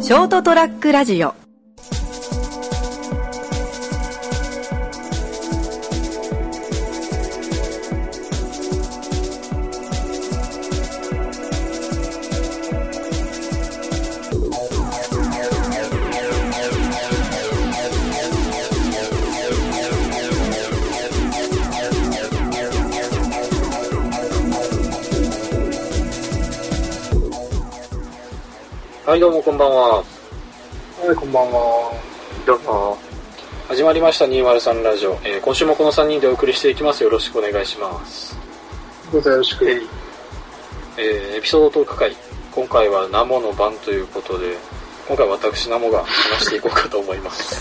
ショートトラックラジオはい、どうもこんばんは。はい、こんばんは。どうも。始まりました203ラジオ、えー今週もこの3人でお送りしていきます。よろしくお願いします。どうぞよろし く。えーエピソードトーク会。今回はナモの番ということで、今回私ナモが話していこうかと思います。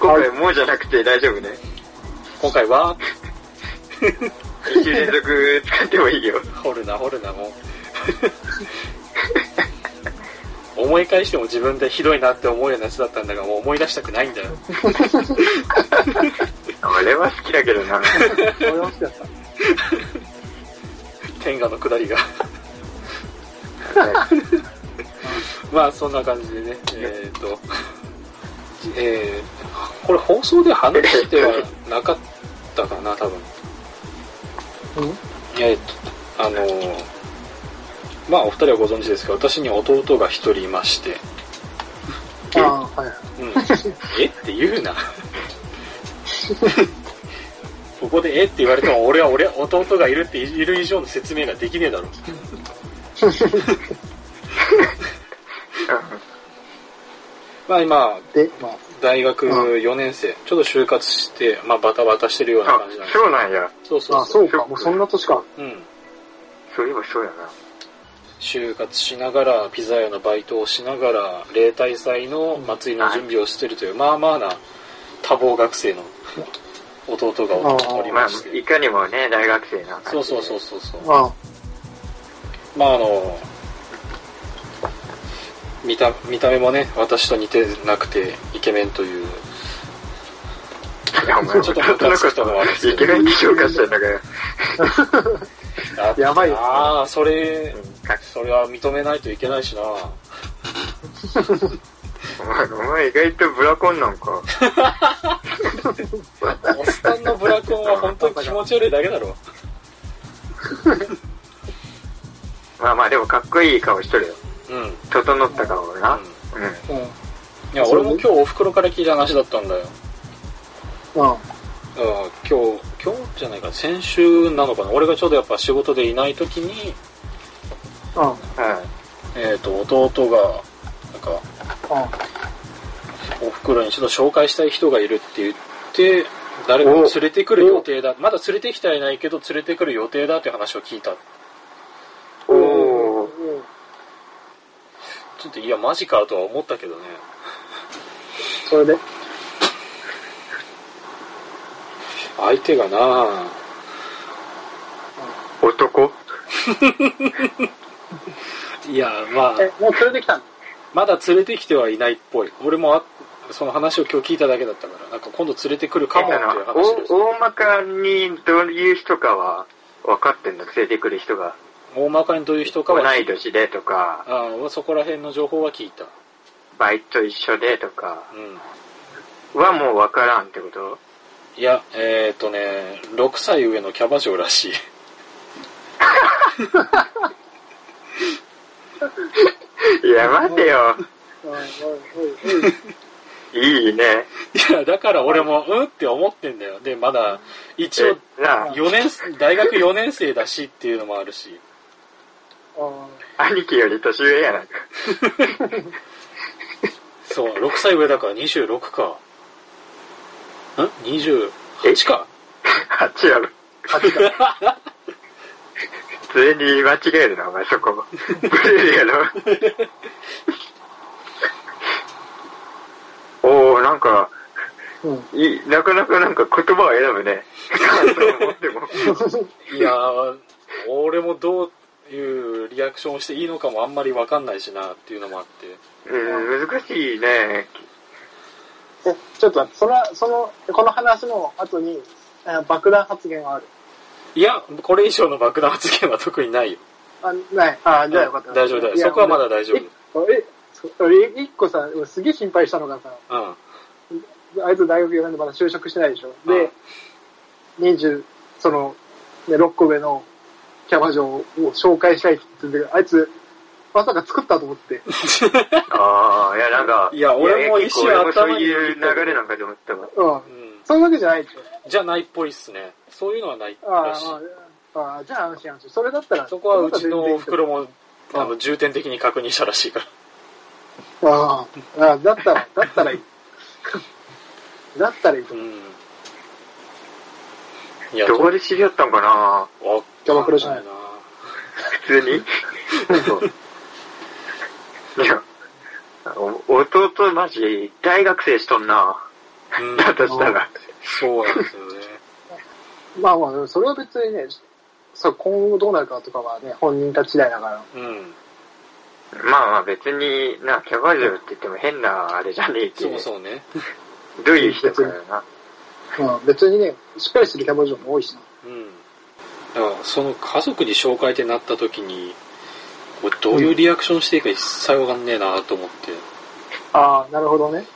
今回もうじゃなくて大丈夫ね。今回は、一週連続使ってもいいよ。掘るな掘るなも う。思い返しても自分でひどいなって思うようなやつだったんだが、もう思い出したくないんだよ。 俺は好きだけど な。俺は好きだった。天下の下りが。まあそんな感じでね、えっ、と、 えー、これ放送で話してはなかったかな、多分。いや、えっと、あのーまあお二人はご存知ですが、私には弟が一人いまして、ああ、はい。うん、えって言うな。 ここでえって言われても俺は俺弟がいるっている以上の説明ができねえだろ。まあ今、で、まあ、大学4年生、ちょっと就活して、まあバタバタしてるようなあ感じなん、ですそうなんや。そうあそうそそうか、もうそんな年か。う。うん。そういえばそうやな。就活しながら、ピザ屋のバイトをしながら、例大祭の祭りの準備をしてるという、まあまあな多忙学生の弟がおおりままあし、て。いかにもね、大学生な感じでそうそうそう。そうそう。あまああの、見た、見た目もね、私と似てなくて、イケメンという、いや、お前、ちょっと弟のこムカつくとこもあるんですけと、どイケメンに紹介してんだから。あやばいよああ、それう、んかそれは認めないといけないしな。お前、お前意外とブラコンなんか。おっさんのブラコンは本当に気持ち悪いだけだろ。まあまあ、でもかっこいい顔しとるよ。うん。うん。整った顔がな。うん。あ、うん。いや、俺も今日お袋から聞いた話だったんだよ。あうん、今日、今日じゃないか、先週なのかな。俺がちょうどやっぱ仕事でいない時に、あ、はい。えっ、と、弟が、なんか、あお袋にちょっと紹介したい人がいるって言って、誰か連れてくる予定だ。まだ連れてきてはいないけど、連れてくる予定だって話を聞いた。おー。ちょっと、いや、マジかとは思ったけどね。それで、相手がなあ男いや、まあ、え、もう連れてきたのまだ連れてきてはいないっぽい。俺もあその話を今日聞いただけだったから、なんか今度連れてくるかもっていうお話です。大まかにどういう人かは分かってんだ、連れてくる人が。大まかにどういう人か同はい年でとか、ああそこら辺の情報は聞いた。バイト一緒でとかうん。はもう分からんってこといや、えっ、とね、6歳上のキャバ嬢らしい。 いや、待て よ。うん、うん、うん。いいね。いや、だから俺も、うんって思ってんだよ。で、まだ、一応、えなあ、四年、大学4年生だしっていうのもあるし。あ兄貴より年上やな。そう、6歳上だから26か。ん ?28 か。あっちやろ。 普通に間違えるな、お前そこ。ブレる やろ。おー、なんか、うん。いいなかなかなんか言葉を選ぶね。そう思っても。いやー、俺もどういうリアクションをしていいのかもあんまりわかんないしなっていうのもあって。うん、難しいね。え、ちょっと待って、その、その、この話の後に、え爆弾発言はある。いや、これ以上の爆弾発言は特にないよ。あ、ない。あ、じゃあよかった。大丈夫だよ。そこはまだ大丈夫。え、俺、一個さ、俺すげえ心配したのがさ、うん。うん。あいつ大学4年でまだ就職してないでしょ。うんで、20、その、ね、6個上のキャバ嬢を紹介したいって言ってたけどあいつ、まさか作ったと 思って。ああ、いや、なんか、いや俺もいや一瞬結構俺もそう頭にいう流れなんかで思ったわ。うん。そういうわけじゃないでしょ。じゃないっぽいっすね。そういうのはないあらしい。あ、ああ、じゃあ安心安心。それだったら、そこはうちのおそれだ袋も、あの、重点的に確認したらしいから。ったら全然いいけど。ああ、だったら、だったらいい。 だったらいいとう思う。ん。いや、どわこで知り合ったんかなかんキャバクラじゃない普通に いや、お弟マジ、大学生しとんな。うん。だとしたら。そうなんですよね。まあまあ、でもそれは別にね、さ今後どうなるかとかはね、本人たち次第だから。うん。まあまあ別に、な、キャバ嬢って言っても変なあれじゃねえってい。そううそうね。どういう人かよな。うん、別にね、しっかりするキャバ嬢も多いしな。うん。だから、その家族に紹介ってなった時に、俺どういうリアクションしていいか一切わかんねえなと思 って。ああ、なるほどね。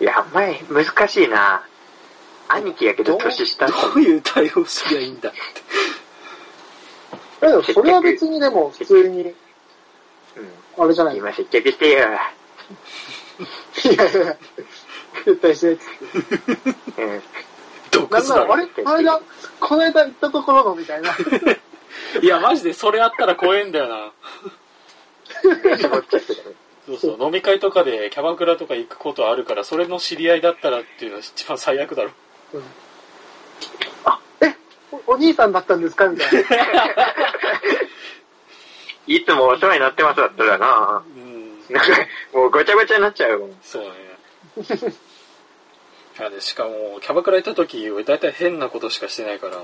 いや、前、難しいな。兄貴やけど年下。どういう対応すりゃいいんだって。え、でもそれは別にでも普通に、うん。あれじゃない。いや今接客していよ。やいや絶対してないっつって。 うん。毒なんなさら、あれあれだ、この間行ったところのみたいな。いや、マジでそれあったら怖えんだよな。絞っちゃってたねそうそう、飲み会とかでキャバクラとか行くことあるから、それの知り合いだったらっていうのは一番最悪だろ。うんあ、え、おお兄さんだったんですかみたいな。いつもお世話になってますだったらな。うん、なんか、もうごちゃごちゃになっちゃうもん。そうね。あでしかも、キャバクラ行った時、俺大体変なことしかしてないから、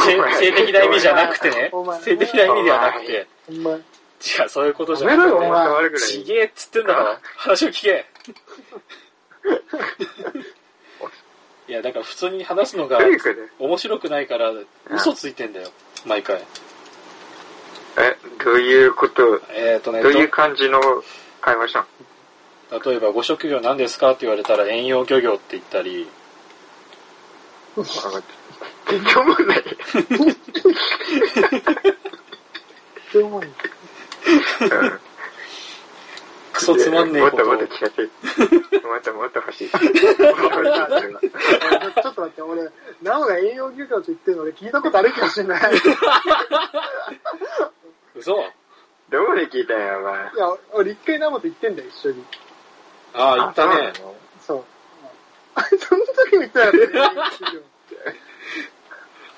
性 性的な意味じゃなくてねお前、性的な意味ではなくて、ほんま。違う、そういうことじゃやめろなくよ、おて、前。悪くなちい。げえっつってんだろ、話を聞 け。いや、だから普通に話すのがどういうこと面白くないから、嘘ついてんだよ、毎回。え、どういうこと、えっ、ー、とね、どういう感じの会話したの例えば、ご職業何ですかって言われたら、遠洋漁業って言ったり、全然思んない。って思うようん クソつまんねえこともをっともっと聞かせて。もっともっと欲しい。もっと欲しいちょっと待って、俺、なおが栄養休業って言ってるの俺聞いたことあるかもしれない。嘘どこで聞いたんや、お前。いや、俺一回ナモと言ってんだよ、一緒に。ああ、言ったね。そう。あその時も言ってなかったよ。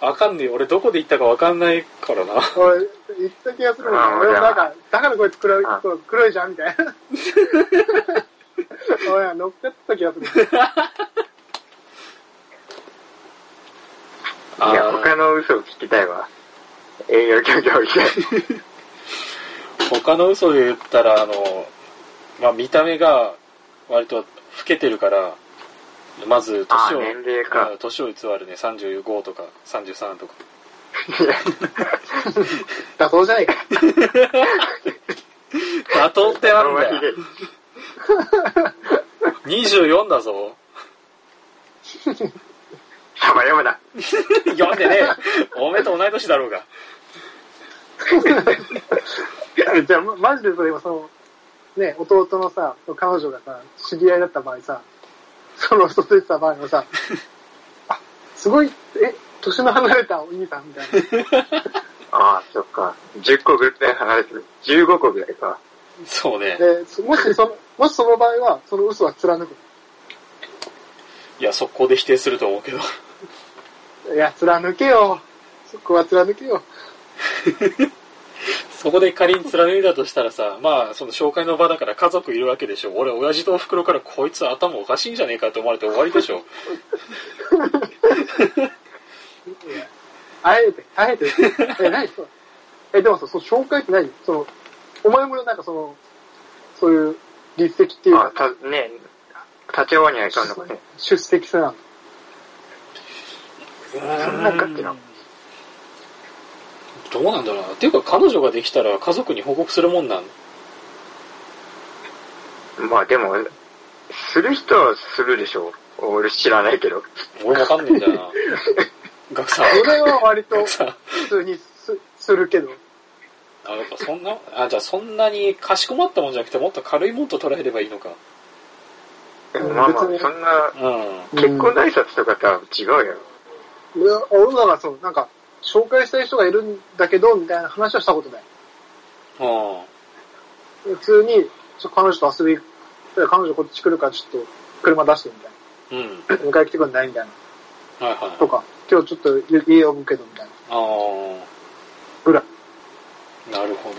わかんねえ。俺どこで行ったかわかんないからな。俺、言った気がするもんねあー俺もなんじゃか、だからこいつ黒いあ、そう黒いじゃんみたいな。俺、乗っかった気がする。いや、あー他の嘘を聞きたいわ。営業教業以外。他の嘘で言ったら、あの、まあ、見た目が割と老けてるから、まずあ年を、ー年齢かうん年を偽るね。35とか33とか。だそうじゃないか。 妥当って なんだあんまりよ。24だぞ。サバ読 むな。読んでねえ。おめと同い年だろうが。じゃあ、まマジでそれ今、その、ね、弟のさ、その彼女がさ、知り合いだった場合さ、その嘘ついてた場合も さ、あ、すごい、え、年の離れたお兄さんみたいな。ああ、そっか。10個ぐらい離れてる。15個ぐらいか。そうね。で、そもしその、もしその場合は、その嘘は貫く。いや、速攻で否定すると思うけど。いや、貫けよ。そこは貫けよ。そこで仮に貫いたとしたらさ、まあ、その紹介の場だから家族いるわけでしょ。俺、親父とお袋からこいつ頭おかしいんじゃねえかと思われて終わりでしょ。あえて、あえて。え、何それえ、でもさ、その紹介って何その、お前もなんかその、そういう、立席っていうああ、か、た、ね立ち会わにはいかんのかね。出席するなの。なんかってなどうなんだろうな。っていうか、彼女ができたら家族に報告するもんなんまあでも、する人はするでしょう。俺知らないけど。俺わかんねえんだよな。ガクさん。俺は割とガクさん。普通にすするけど。あ、やっぱそんな、あ、じゃあそんなにかしこまったもんじゃなくてもっと軽いもんと捉えればいいのか。うんまあまあ、別にそんな、うん。結婚の挨拶とかとは違うよ。うん俺は俺はだからそう、なんか、紹介したい人がいるんだけど、みたいな話はしたことない。うん。普通に、ちょ彼女と遊び、彼女こっち来るからちょっと車出してみたいうん。な。迎え来てくんないみたいな。はいはい。とか、今日ちょっと家呼ぶけどみたいな。ああぐらい。ー、なるほど。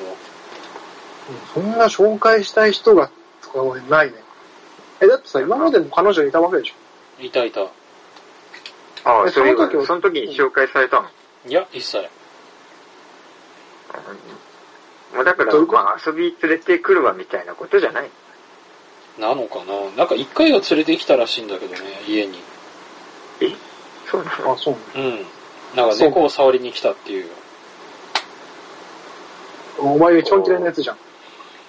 そんな紹介したい人が、とかはないね。え、だってさ、今までも彼女いたわけでしょいたいた。あえあ、そういうこその時はと。その時に紹介されたの。いや、一切。まあだからどういう、ことまあ遊び連れてくるわみたいなことじゃない。なのかななんか一回は連れてきたらしいんだけどね、家に。えそうなのあ、そうね。うん。なんか猫を触りに来たっていう。お前が一番嫌いなや つじゃん。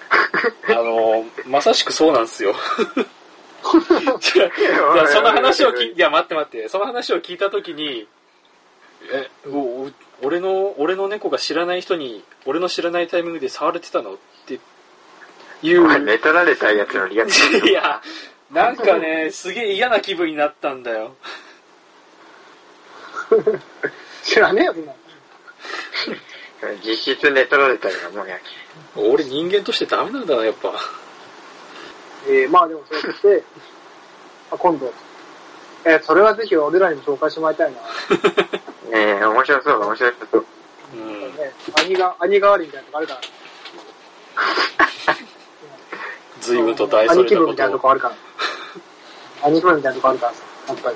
あのー、まさしくそうなんです よ。違ういやいや、その話を聞い、いて。や、待って待って、その話を聞いたときに、え、おお俺の、俺の猫が知らない人に、俺の知らないタイミングで触れてたのっていお前う。寝取られたやつのリアクション。 いや、なんかね、すげえ嫌な気分になったんだよ。知らねえよ、そんなの。実質寝取られたようなもんやけ。俺人間としてダメなんだな、やっぱ。えー、まあでもそうやって、あ今度、えーそれはぜひ俺らにも紹介してもらいたいな。ねえ、面白そうだ、面白そう。うん。ね、兄が、兄代わりみたいなとこあるから。随分と大それ兄た貴分こみたいとなとを。こある から。兄貴分みたいなとこあるからさ、やっぱり。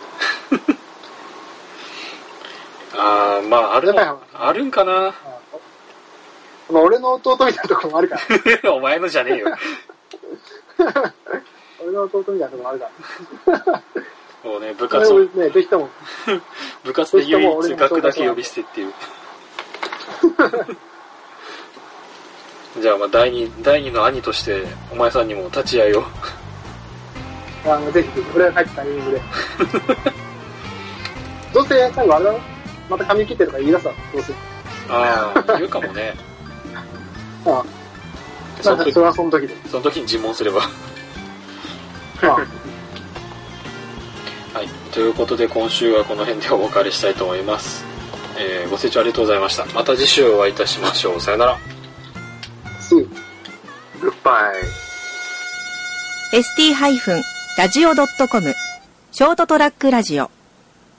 あー、まあ、あるの、あるんかな。 うんまあ、俺の弟みたいなとこもある から。お前のじゃねえよ。俺の弟みたいなとこもあるから。もうね、部そ活を、れをね、ぜひとも、部活で唯一学だけ呼び捨てっていう。 じゃあ、まあ、第二、第二の兄として、お前さんにも立ち会いを。あの、ぜひ、俺が帰ったタイミングで。 どうせ、最後あれだろまた髪切ってとか言い出すわ、どうせ。 ああ、言うかも ね。ああ、そその時そ、れはその時で。その時に尋問すれば。まあ、 はい。ということで、今週はこの辺でお別れしたいと思います。えーご清聴ありがとうございました。また次週お会いいたしましょう。さよなら。すぐ。グッバイ。 ST-radio.com ショートトラックラジオ